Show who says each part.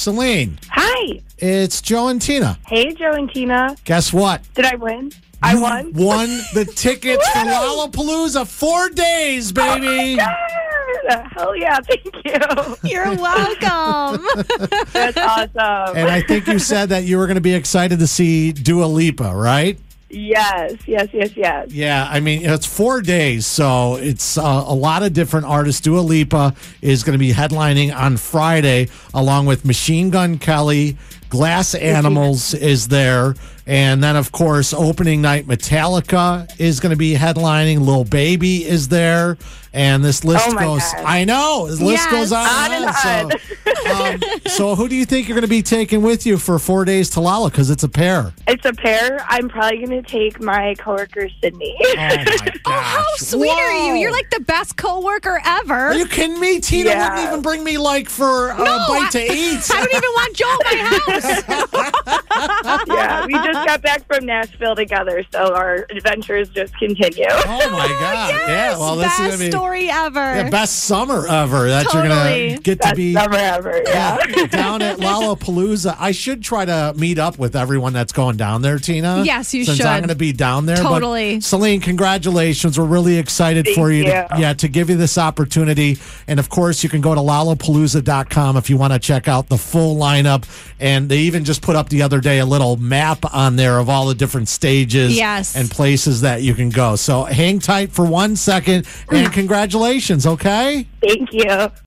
Speaker 1: Celine,
Speaker 2: Hi.
Speaker 1: it's Joe and Tina.
Speaker 2: Hey, Joe and Tina.
Speaker 1: Guess what?
Speaker 2: Did I win? I won.
Speaker 1: Won the tickets for
Speaker 2: Woo! Oh
Speaker 1: Lollapalooza four days, baby.
Speaker 2: Yes! Hell yeah. Thank you.
Speaker 3: You're welcome.
Speaker 2: That's awesome.
Speaker 1: and I think you said that you were going to be excited to see Dua Lipa, right?
Speaker 2: yes, yes, yes, yes.
Speaker 1: Yeah, I mean it's four days, so it's uh, a lot of different artists. Dua Lipa is going to be headlining on Friday, along with Machine Gun Kelly. Glass Animals is there, and then of course opening night Metallica is going to be headlining. Lil Baby is there, and this list
Speaker 2: Oh my
Speaker 1: goes.
Speaker 2: God.
Speaker 1: I know this list
Speaker 3: Yes.
Speaker 1: goes on,
Speaker 2: On
Speaker 1: and
Speaker 2: and
Speaker 1: on. So, um, so who do you think you're going to be taking with you for four days to Lala? Because it's a pair.
Speaker 2: It's a pair. I'm probably going to take my coworker, Sydney.
Speaker 1: Oh my gosh!
Speaker 3: How sweet are you?
Speaker 1: Whoa.
Speaker 3: You're like the best coworker ever.
Speaker 1: Are you kidding me? Tina
Speaker 2: Yeah.
Speaker 1: wouldn't even bring me like for a bite to eat.
Speaker 3: I don't even want Joe at my house.
Speaker 1: Oh.
Speaker 2: yeah, we just got back from Nashville together, so our adventures just continue.
Speaker 1: oh my god! yeah, well, this
Speaker 3: best
Speaker 1: is gonna be
Speaker 3: story ever.
Speaker 1: the best summer ever that you're
Speaker 3: Totally.
Speaker 1: gonna get to
Speaker 2: Best
Speaker 1: be.
Speaker 2: summer ever. Yeah.
Speaker 1: yeah, down at Lollapalooza. I should try to meet up with everyone that's going down there, Tina.
Speaker 3: Yes, you
Speaker 1: since I'm
Speaker 3: should.
Speaker 1: going to be down there.
Speaker 3: Totally.
Speaker 1: But Celine, congratulations. We're really excited for you. To,
Speaker 2: you.
Speaker 1: yeah, to give you this opportunity. And of course, you can go to lollapalooza.com if you want to check out the full lineup. And they even just put up the other day a little map on there of all the different stages
Speaker 3: Yes.
Speaker 1: and places that you
Speaker 3: Mm.
Speaker 1: can go. So hang tight for one second and congratulations, okay?
Speaker 2: Thank you.